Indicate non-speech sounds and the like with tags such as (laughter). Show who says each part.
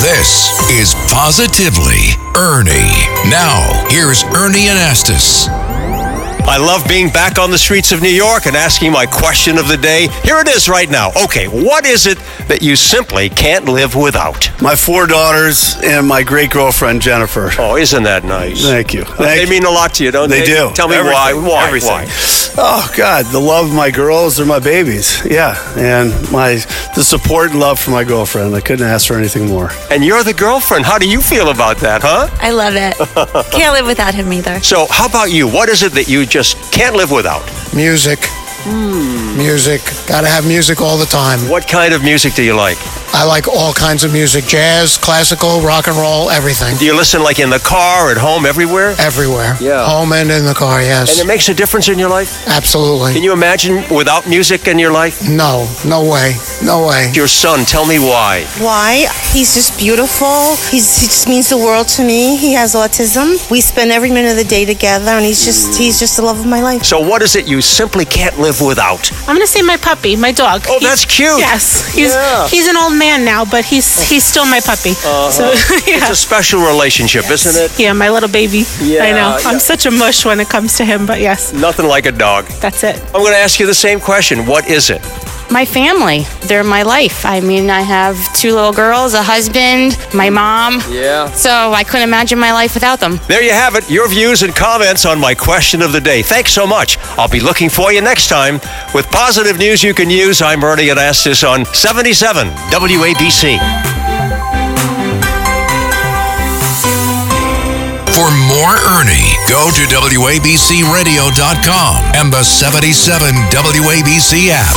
Speaker 1: This is Positively Ernie. Now, here's Ernie Anastas.
Speaker 2: I love being back on the streets of New York and asking my question of the day. Here it is right now. Okay, what is it that you simply can't live without?
Speaker 3: My four daughters and my great girlfriend Jennifer.
Speaker 2: Oh, isn't that nice?
Speaker 3: Thank you. Thank
Speaker 2: they
Speaker 3: you.
Speaker 2: mean a lot to you, don't they?
Speaker 3: They do.
Speaker 2: Tell me
Speaker 3: Everything.
Speaker 2: why. Why?
Speaker 3: Everything.
Speaker 2: Why?
Speaker 3: Oh God, the love of my girls are my babies. Yeah, and my the support and love for my girlfriend. I couldn't ask for anything more.
Speaker 2: And you're the girlfriend. How do you feel about that, huh?
Speaker 4: I love it. Can't live without him either.
Speaker 2: So, how about you? What is it that you just can't live without?
Speaker 5: Music.
Speaker 2: Hmm.
Speaker 5: Music. Gotta have music all the time.
Speaker 2: What kind of music do you like?
Speaker 5: I like all kinds of music jazz, classical, rock and roll, everything.
Speaker 2: Do you listen like in the car, at home, everywhere?
Speaker 5: Everywhere.
Speaker 2: Yeah.
Speaker 5: Home and in the car,
Speaker 2: And
Speaker 5: yes.
Speaker 2: it makes a difference in your life? Can
Speaker 5: Absolutely.
Speaker 2: you imagine without music in your life?
Speaker 5: No, no way. No way.
Speaker 2: Your son, tell me why.
Speaker 6: Why? He's just beautiful. He's, he just means the world to me. He has autism. We spend every minute of the day together, and he's just he's just the love of my life.
Speaker 2: So, what is it you simply can't live without?
Speaker 7: I'm gonna say my puppy, my dog.
Speaker 2: Oh, that's cute.
Speaker 7: Yes, he's
Speaker 2: Yeah. Uh-huh.
Speaker 7: he's an old man now, but he's he's still my puppy. So
Speaker 2: It's
Speaker 7: (laughs) yeah.
Speaker 2: a special relationship, isn't it?
Speaker 7: yeah, my little baby.
Speaker 2: Yeah,
Speaker 7: I know.
Speaker 2: yeah.
Speaker 7: I'm such a mush when it comes to him, but yes,
Speaker 2: Nothing like a dog.
Speaker 7: that's it.
Speaker 2: I'm going to ask you the same question. What is it?
Speaker 8: My family. They're my life. I mean, I have two little girls, a husband, my mom.
Speaker 2: Yeah.
Speaker 8: So I couldn't imagine my life without them.
Speaker 2: There you have it. Your views and comments on my question of the day. Thanks so much. I'll be looking for you next time with positive news you can use. I'm Ernie Anastas on 77 WABC.
Speaker 1: For more Ernie, go to WABCRadio.com and the 77 WABC app.